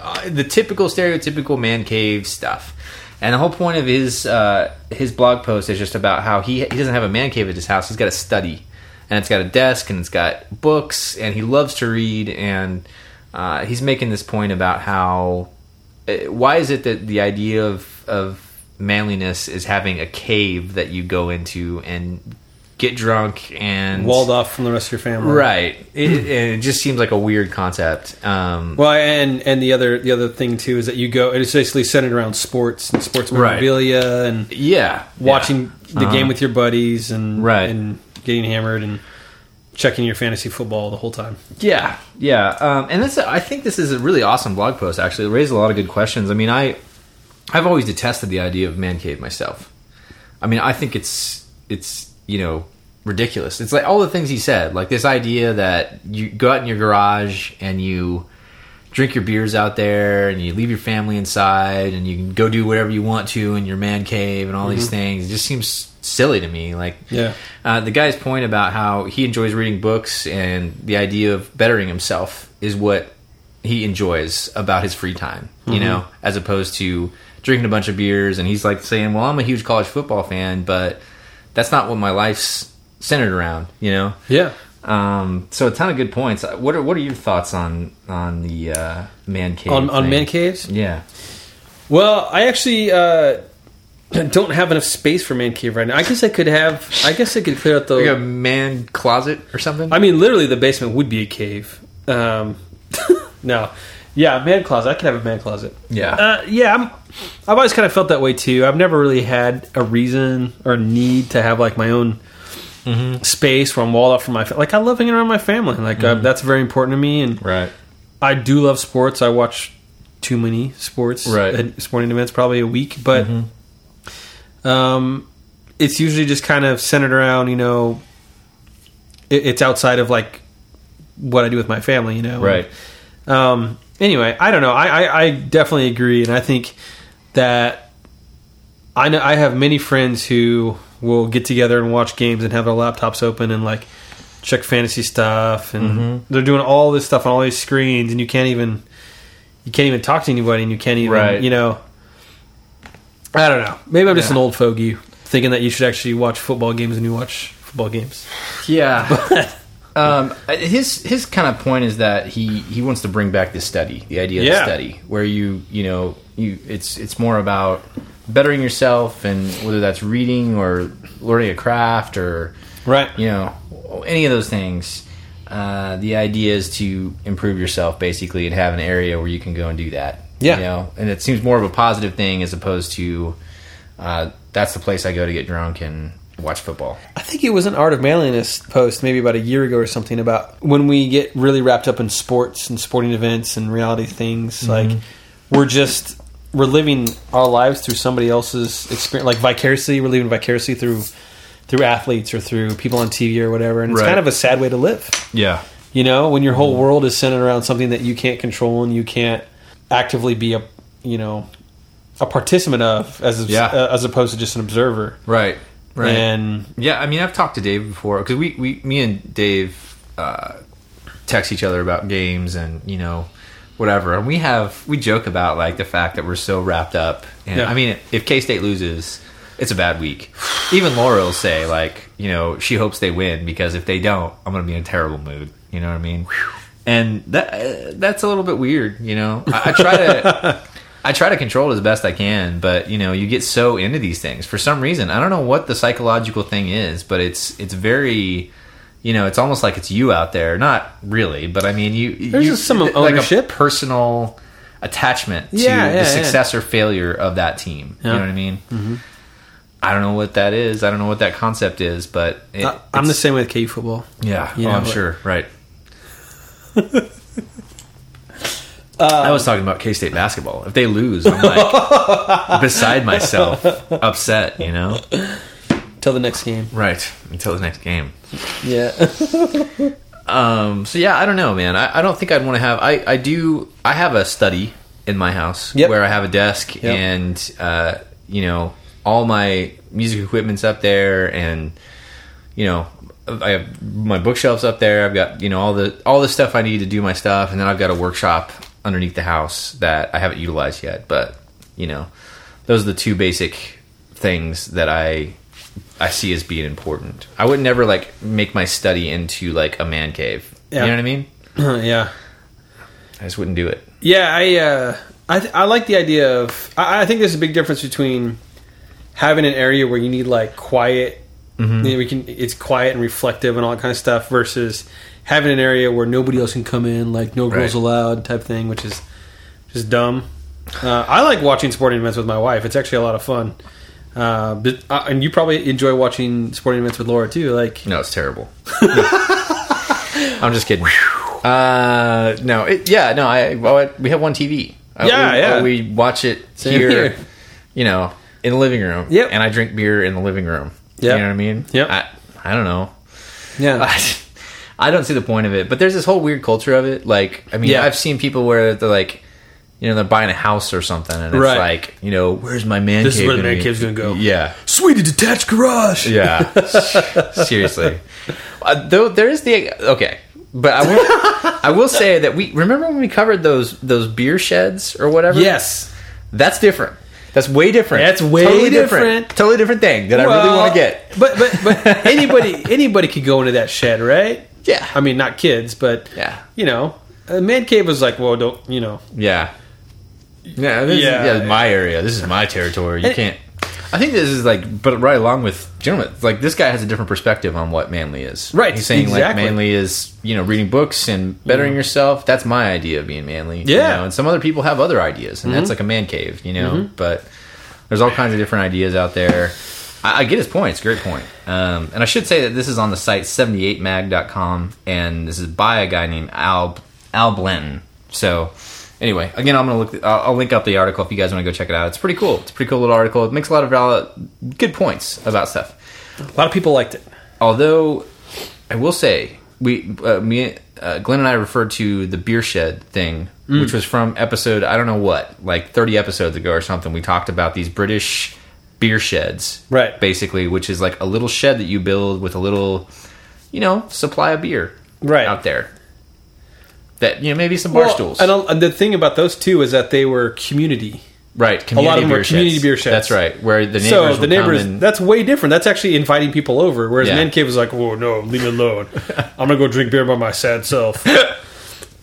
uh, the typical stereotypical man cave stuff. And the whole point of his uh, his blog post is just about how he he doesn't have a man cave at his house. He's got a study, and it's got a desk, and it's got books, and he loves to read. And uh, he's making this point about how uh, why is it that the idea of of manliness is having a cave that you go into and get drunk and Walled off from the rest of your family. right? It, and it just seems like a weird concept. Um, Well, and and the other the other thing too is that you go. It's basically centered around sports and sports Right. memorabilia and yeah, watching yeah. the game with your buddies and Right. and getting hammered and checking your fantasy football the whole time. Yeah, yeah, um, and that's. A, I think this is a really awesome blog post. Actually, it raised a lot of good questions. I mean, I, I've always detested the idea of man cave myself. I mean, I think it's it's you know ridiculous. It's like all the things he said, like this idea that you go out in your garage and you drink your beers out there and you leave your family inside and you can go do whatever you want to in your man cave and all these things. It just seems silly to me. Like Yeah. uh, the guy's point about how he enjoys reading books and the idea of bettering himself is what he enjoys about his free time, you know, as opposed to drinking a bunch of beers. And he's like saying, Well, I'm a huge college football fan, but that's not what my life's centered around, you know? Yeah. Um, so a ton of good points. What are, what are your thoughts on, on the, uh, man cave? On on thing? man caves. Yeah. Well, I actually uh, don't have enough space for man cave right now. I guess I could have. I guess I could clear out the. Like a man closet or something? I mean, literally, the basement would be a cave. Um, no, yeah, man closet. I could have a man closet. Yeah. uh, yeah. I'm, I've always kind of felt that way too. I've never really had a reason or need to have like my own Mm-hmm. space where I'm walled off from my fa- like. I love hanging around my family. Like uh, that's very important to me, and right. I do love sports. I watch too many sports, Right. and sporting events probably a week, but Mm-hmm. um, it's usually just kind of centered around you know, it, it's outside of like what I do with my family, you know, Right. um, anyway, I don't know. I, I, I definitely agree, and I think that I know I have many friends who will get together and watch games and have their laptops open and like check fantasy stuff, and Mm-hmm. they're doing all this stuff on all these screens, and you can't even you can't even talk to anybody, and you can't even Right. you know. I don't know. Maybe I'm just Yeah. an old fogey thinking that you should actually watch football games and you watch football games. Yeah. um, his his kind of point is that he, he wants to bring back the study, the idea of Yeah. the study, where you you know you it's it's more about bettering yourself and whether that's reading or learning a craft or Right. you know any of those things. Uh, the idea is to improve yourself basically and have an area where you can go and do that. Yeah. You know, and it seems more of a positive thing as opposed to uh, that's the place I go to get drunk and watch football. I think it was an Art of Manliness post maybe about a year ago or something about when we get really wrapped up in sports and sporting events and reality things. Mm-hmm. Like we're just we're living our lives through somebody else's experience, like vicariously. We're living vicariously through through athletes or through people on TV or whatever. And it's Right. Mm-hmm. kind of a sad way to live, Yeah. you know, when your whole world is centered around something that you can't control and you can't actively be a you know a participant of as Yeah. uh, as opposed to just an observer. Right. Right. And Yeah, I mean, I've talked to Dave before because we, we, me and Dave uh, text each other about games and you know whatever, and we have we joke about like the fact that we're so wrapped up. And Yeah. I mean, if K State loses, it's a bad week. Even Laura will say like, you know, she hopes they win because if they don't, I'm going to be in a terrible mood. You know what I mean? And that uh, that's a little bit weird. You know, I, I try to. I try to control it as best I can, but you know, you get so into these things for some reason. I don't know what the psychological thing is, but it's it's very, you know, it's almost like it's you out there. Not really, but I mean, you There's you, just some like a ownership. personal attachment to Yeah, yeah, the yeah. success or failure of that team. Yeah. Mm-hmm. You know what I mean? I don't know what that is. I don't know what that concept is, but it, I, I'm the it's- same with KU football. Yeah, you oh, know, I'm like- sure. Right. I Um, was talking about K State basketball. If they lose, I'm like beside myself, upset. You know, Till the next game. right until the next game. Yeah. Um, so yeah, I don't know, man. I, I don't think I'd want to have. I, I do. I have a study in my house Yep. where I have a desk and uh, you know all my music equipment's up there, and you know I have my bookshelves up there. I've got you know all the all the stuff I need to do my stuff, and then I've got a workshop underneath the house that I haven't utilized yet. But you know, those are the two basic things that I I see as being important. I would never like make my study into like a man cave. Yeah. You know what I mean? yeah. I just wouldn't do it. Yeah, I uh, I, th- I like the idea of. I, I think there's a big difference between having an area where you need like quiet. you know, we can. It's quiet and reflective and all that kind of stuff versus having an area where nobody else can come in, like no girls Right. allowed type thing, which is just dumb. Uh, I like watching sporting events with my wife. It's actually a lot of fun. Uh, but, uh, and you probably enjoy watching sporting events with Laura too. Like, No, it's terrible. I'm just kidding. Uh, no, it, yeah, no. I well, I- we have one TV. Uh, Yeah, we, yeah. uh, we watch it Same here, here. You know, in the living room. Yep. And I drink beer in the living room. Yep. You know what I mean? Yep. I, I don't know. yeah, I, I don't see the point of it. But there's this whole weird culture of it. Like, I mean, Yeah. I've seen people where they're like, you know, they're buying a house or something, and it's Right. like, you know, where's my man? This is cave where the gonna man be? cave's gonna go. Yeah. sweetie, detached garage. Yeah, seriously. Uh, though there is the okay, but I will, I will say that we remember when we covered those those beer sheds or whatever. Yes. that's different. That's way different. That's way different. Totally different thing that I really Well, want to get. But but but anybody anybody could go into that shed, right? Yeah. I mean, not kids, but Yeah. you know, a man cave was like, well, don't you know? Yeah. Yeah, this Yeah. Is, yeah, my area. This is my territory. You And- can't. I think this is like, but right along with gentlemen, like this guy has a different perspective on what manly is. Right, he's saying exactly. like manly is you know reading books and bettering yourself. That's my idea of being manly. you Yeah. know, and some other people have other ideas, and that's like a man cave, you know. But there's all kinds of different ideas out there. I, I get his point. It's a great point. Um, and I should say that this is on the site 78mag.com, and this is by a guy named Al Al Blanton. So anyway, again, I'm gonna look. I'll, I'll link up the article if you guys want to go check it out. It's pretty cool. It's a pretty cool little article. It makes a lot of valid, good points about stuff A lot of people liked it. although I will say we uh, me uh, Glenn and I referred to the beer shed thing, Mm. which was from episode I don't know what, like thirty episodes ago or something. We talked about these British beer sheds, Right. Basically, which is like a little shed that you build with a little, you know, supply of beer, Right. out there. That you know, maybe some bar stools, And I'll- and the thing about those two is that they were community. right? lot of them are sheds. community beer sheds. That's right. Where the neighbors so would the neighbors, come and, that's way different. That's actually inviting people over. Whereas Yeah. man cave was like, whoa, no, leave me alone. I'm gonna go drink beer by my sad self. yeah,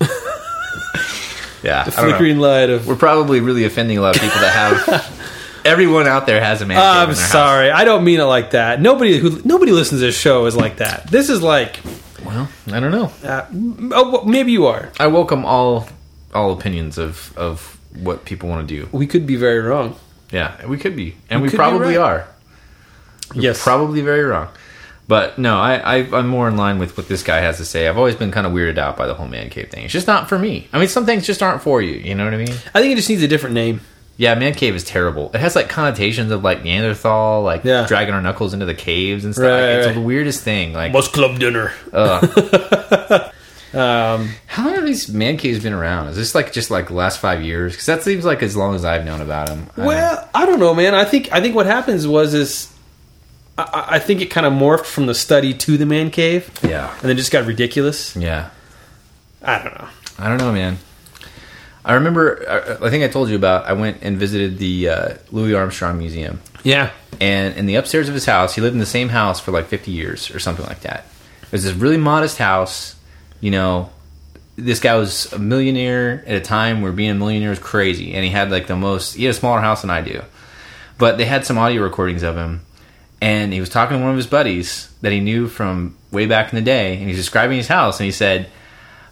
I don't know. Flickering light of. We're probably really offending a lot of people that have. everyone out there has a man. cave in I'm their house. sorry. I don't mean it like that. Nobody who nobody listens to this show is like that. This is like Well, I don't know. Uh, m- oh, well, maybe you are. I welcome all all opinions of of what people want to do. We could be very wrong. Yeah, we could be, and we, could be probably right. are. Yes. Probably very wrong. But no, I, I I'm more in line with what this guy has to say. I've always been kind of weirded out by the whole man cave thing. It's just not for me. I mean, some things just aren't for you. You know what I mean? I think it just needs a different name. Yeah, man cave is terrible. It has like connotations of like Neanderthal, like Yeah. dragging our knuckles into the caves and stuff. Right, Like, it's right. the weirdest thing. Like Bus club dinner. How long have these man caves been around? Is this like just like the last five years? Because that seems like as long as I've known about them. Well, I don't know, man. I think I think what happens was is I- I, I think it kind of morphed from the study to the man cave, yeah, and then just got ridiculous. yeah. I don't know. I don't know, man. I remember. uh, I- I think I told you about. I went and visited the uh, Louis Armstrong Museum, Yeah. and in the upstairs of his house, he lived in the same house for like fifty years or something like that. It was this really modest house. You know, this guy was a millionaire at a time where being a millionaire was crazy, and he had like the most. He had a smaller house than I do. but they had some audio recordings of him and he was talking to one of his buddies that he knew from way back in the day and he's describing his house and he said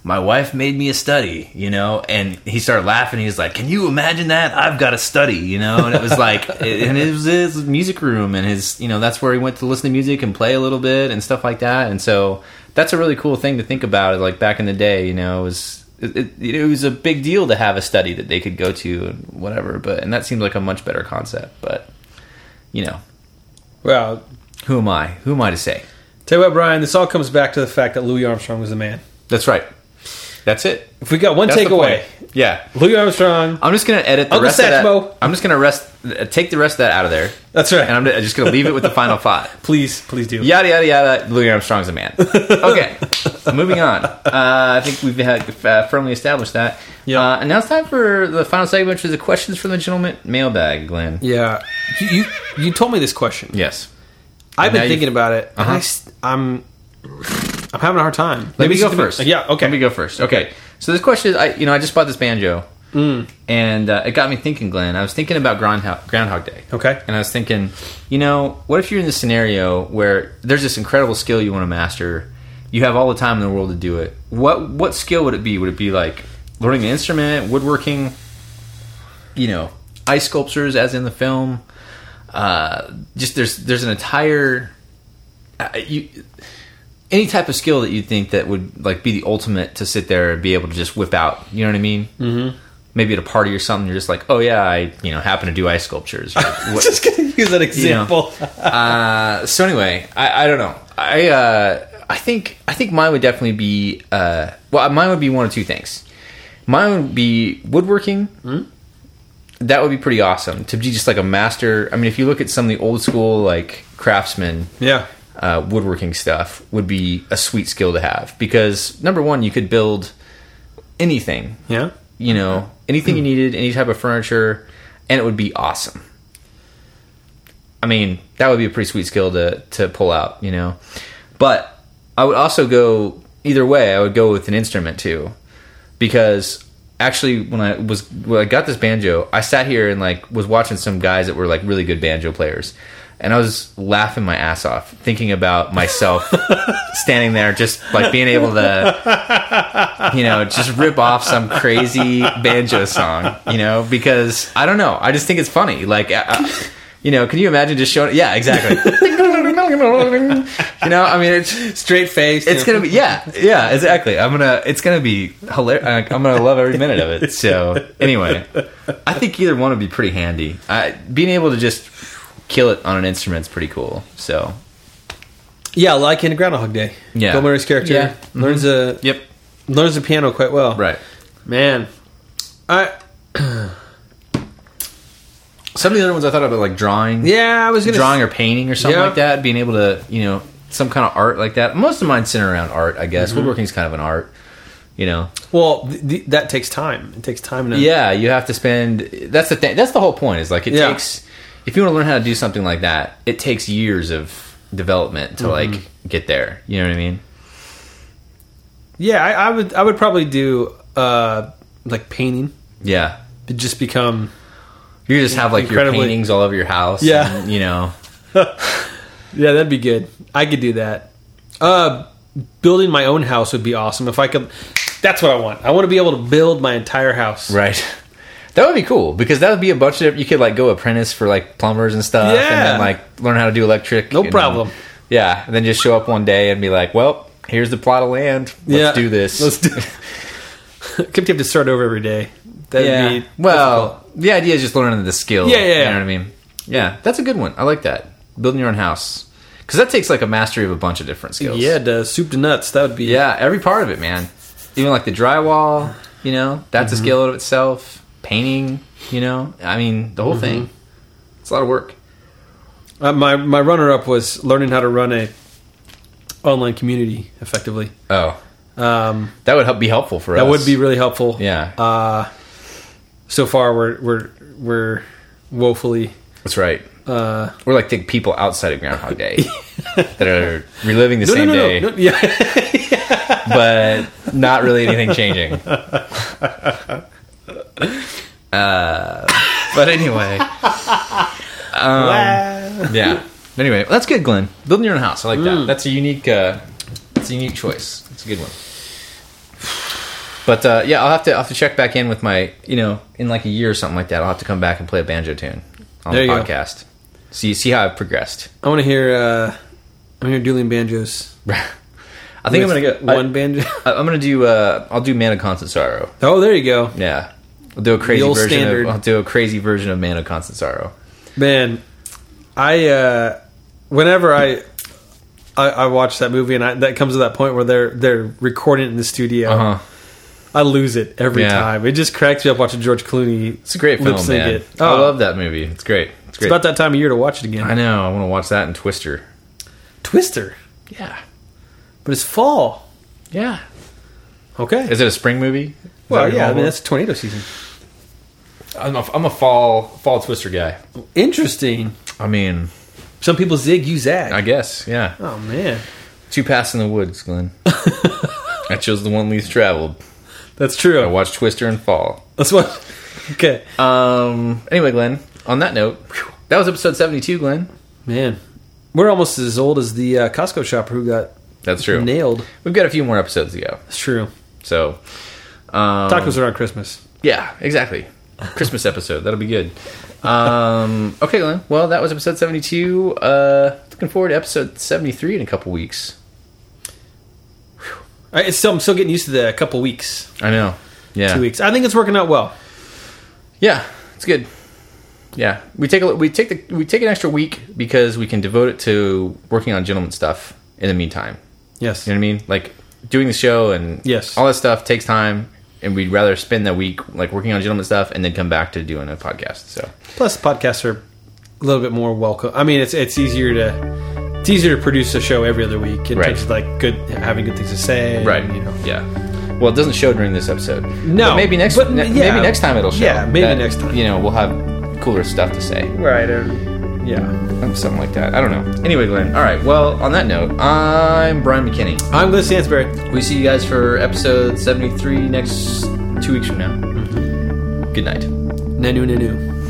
my wife made me a study you know and he started laughing he was like can you imagine that i've got a study you know and it was like and it was his music room and his you know that's where he went to listen to music and play a little bit and stuff like that and so that's a really cool thing to think about like back in the day you know it was it, it, it was a big deal to have a study that they could go to and whatever but and that seemed like a much better concept but you know Well, who am i who am i to say tell you what, Brian. This all comes back to the fact that Louis Armstrong was the man. that's right That's it. If we got one That's the takeaway, point. Yeah. Louis Armstrong. I'm just gonna edit the Uncle rest of Satchmo. that. I'm just gonna rest, uh, take the rest of that out of there, That's right. and I'm just gonna leave it with the final thought. please, please do. Yada yada yada. Louis Armstrong's a man. Okay, moving on. Uh, I think we've had, uh, firmly established that. Yeah. Uh, and now it's time for the final segment, which is the questions from the gentleman mailbag. Glenn. Yeah, you you, you told me this question. Yes. I've now been you- thinking about it. and Uh-huh. I st- I'm I'm having a hard time. Let Maybe me go it's just- first. yeah, okay. Let me go first. Okay. So this question is, I you know, I just bought this banjo, Mm. and uh, it got me thinking, Glenn. I was thinking about Groundhog, Groundhog Day. Okay. And I was thinking, you know, what if you're in this scenario where there's this incredible skill you want to master, you have all the time in the world to do it. What what skill would it be? Would it be like learning an instrument, woodworking, you know, ice sculptures, as in the film? Uh, just there's there's an entire uh, you any type of skill that you think that would like be the ultimate to sit there and be able to just whip out. You know what I mean? Mm-hmm. Maybe at a party or something, you're just like, oh yeah, I you know happen to do ice sculptures. Or what- Just gonna use that example. uh, so anyway, I, I don't know. I uh, I think I think mine would definitely be uh, well, mine would be one of two things. Mine would be woodworking. That would be pretty awesome to be just like a master. I mean, if you look at some of the old school like craftsmen, Yeah, uh, woodworking stuff would be a sweet skill to have because number one, you could build anything, yeah. you know, anything you needed, any type of furniture, and it would be awesome. I mean, that would be a pretty sweet skill to to pull out, you know. But I would also go either way. I would go with an instrument too, because actually, when I was when I got this banjo, I sat here and like was watching some guys that were like really good banjo players, and I was laughing my ass off thinking about myself standing there just like being able to, you know, just rip off some crazy banjo song, you know, because I don't know, I just think it's funny, like. I, I, you know, can you imagine just showing? Yeah, exactly. you know, I mean, it's Straight face. it's gonna be yeah, yeah, exactly. I'm gonna it's gonna be hilarious. I'm gonna love every minute of it. So anyway, I think either one would be pretty handy. I, being able to just kill it on an instrument's pretty cool. So Yeah, like in Groundhog Day. Yeah. Bill Murray's character Yeah. learns a yep, learns the piano quite well. right. Man, I Some of the other ones I thought about like drawing, yeah, I was gonna drawing or painting or something Yeah. like that. Being able to you know some kind of art like that. Most of mine center around art, I Mm-hmm. guess. Woodworking's kind of an art. You know, Well, th- th- that takes time. It takes time to Yeah, you have to spend. That's the thing. That's the whole point. Is like it Yeah. takes. If you want to learn how to do something like that, it takes years of development to like Mm-hmm. get there. You know what I mean? Yeah, I, I would I would probably do uh like painting. Yeah. It'd just become You just have like Incredibly- your paintings all over your house. Yeah. and, you know. yeah, that'd be good. I could do that. Uh, building my own house would be awesome if I could. That's what I want. I want to be able to build my entire house. Right. That would be cool because that would be a bunch of you could like go apprentice for like plumbers and stuff, and Yeah. then like learn how to do electric. No and then- problem. yeah, and then just show up one day and be like, "Well, here's the plot of land. Let's Yeah. do this. Let's do. Except you have to start over every day. That'd be well, the idea is just learning the skill. Yeah, yeah, You yeah. know what I mean? Yeah, that's a good one. I like that. Building your own house. Because that takes like a mastery of a bunch of different skills. difficult. yeah, the soup to nuts. That would be Yeah, every part of it, man. Even like the drywall, you know, that's a skill of itself. Painting, you know, I mean, the whole thing. It's a lot of work. Uh, my my runner up was learning how to run a online community effectively. Oh, Um, that would help be helpful for that us. would be Uh, really helpful. Yeah, So far, we're we're we're woefully that's right. uh, We're like the people outside of Groundhog Day that are reliving the same day. no, yeah. but not really anything changing. Uh, Uh, but anyway, um, yeah. Anyway, that's good, Glenn. Building your own house, I like Mm. that. That's a unique, uh, that's a unique choice. It's a good one. But uh, yeah, I'll have to I'll have to check back in with my you know in like a year or something like that. I'll have to come back and play a banjo tune on There the you go. podcast. See see how I've progressed. I want to hear. Uh, I want to hear dueling banjos. I think I'm gonna With get one. one banjo. I, I'm gonna do uh, I'll do Man of Constant Sorrow. oh, there you go, Yeah. I'll do a crazy The old version standard. of I'll do a crazy version of Man of Constant Sorrow. man. I uh, whenever I, I I watch that movie and I, that comes to that point where they're they're recording it in the studio. Uh-huh. I lose it every Yeah. time. It just cracks me up watching George Clooney. It's a great lip film, sync man. it. I Oh. love that movie. It's great. It's It's great. about that time of year to watch it again. I know. I want to watch that and Twister. Twister, Yeah. but it's fall. Yeah. Okay. Is it a spring movie? Is that well, what yeah. you're I mean, going that's tornado season. for? I'm a, I'm a fall fall Twister guy. Interesting. I mean, Some people zig, you zag. I guess. Yeah. oh man, Two Pass in the Woods, Glenn. I chose the one least traveled. that's I true. watched Twister and Fall. That's what. Okay, Um. Anyway, Glenn. On that note, that was episode seventy-two, Glenn. man, we're almost as old as the uh, Costco shopper who got That's true. nailed. We've got a few more episodes to go. That's true. So. Um, Tacos are on Christmas. Yeah, exactly. Christmas episode. That'll be good. Um, okay, Glenn. Well, that was episode 72. Uh, looking forward to episode 73 in a couple weeks. I, it's still, I'm still getting used to the couple weeks, I know. Yeah. two weeks. I think it's working out well. Yeah, it's good. Yeah, we take a we take the we take an extra week because we can devote it to working on gentleman stuff in the meantime. Yes. You know what I mean? Like doing the show and Yes. all that stuff takes time, and we'd rather spend that week like working on gentleman stuff and then come back to doing a podcast. So Plus, podcasts are a little bit more welcome. I mean, it's it's easier to it's easier to produce a show every other week in Right. terms of like good having good things to say. and, Right. you know. Yeah. Well, it doesn't show during this episode. No, But maybe next. but ne- yeah. Maybe next time it'll show. Yeah, maybe next time. You know, we'll have cooler stuff to say, Right. Or, yeah. Um, something like that. I don't know. Anyway, Glenn. All right. Well, on that note, I'm Brian McKinney. I'm Glenn Sansbury. We see you guys for Mm-hmm. episode 73 next two weeks from now. Good night. Nanu nanu.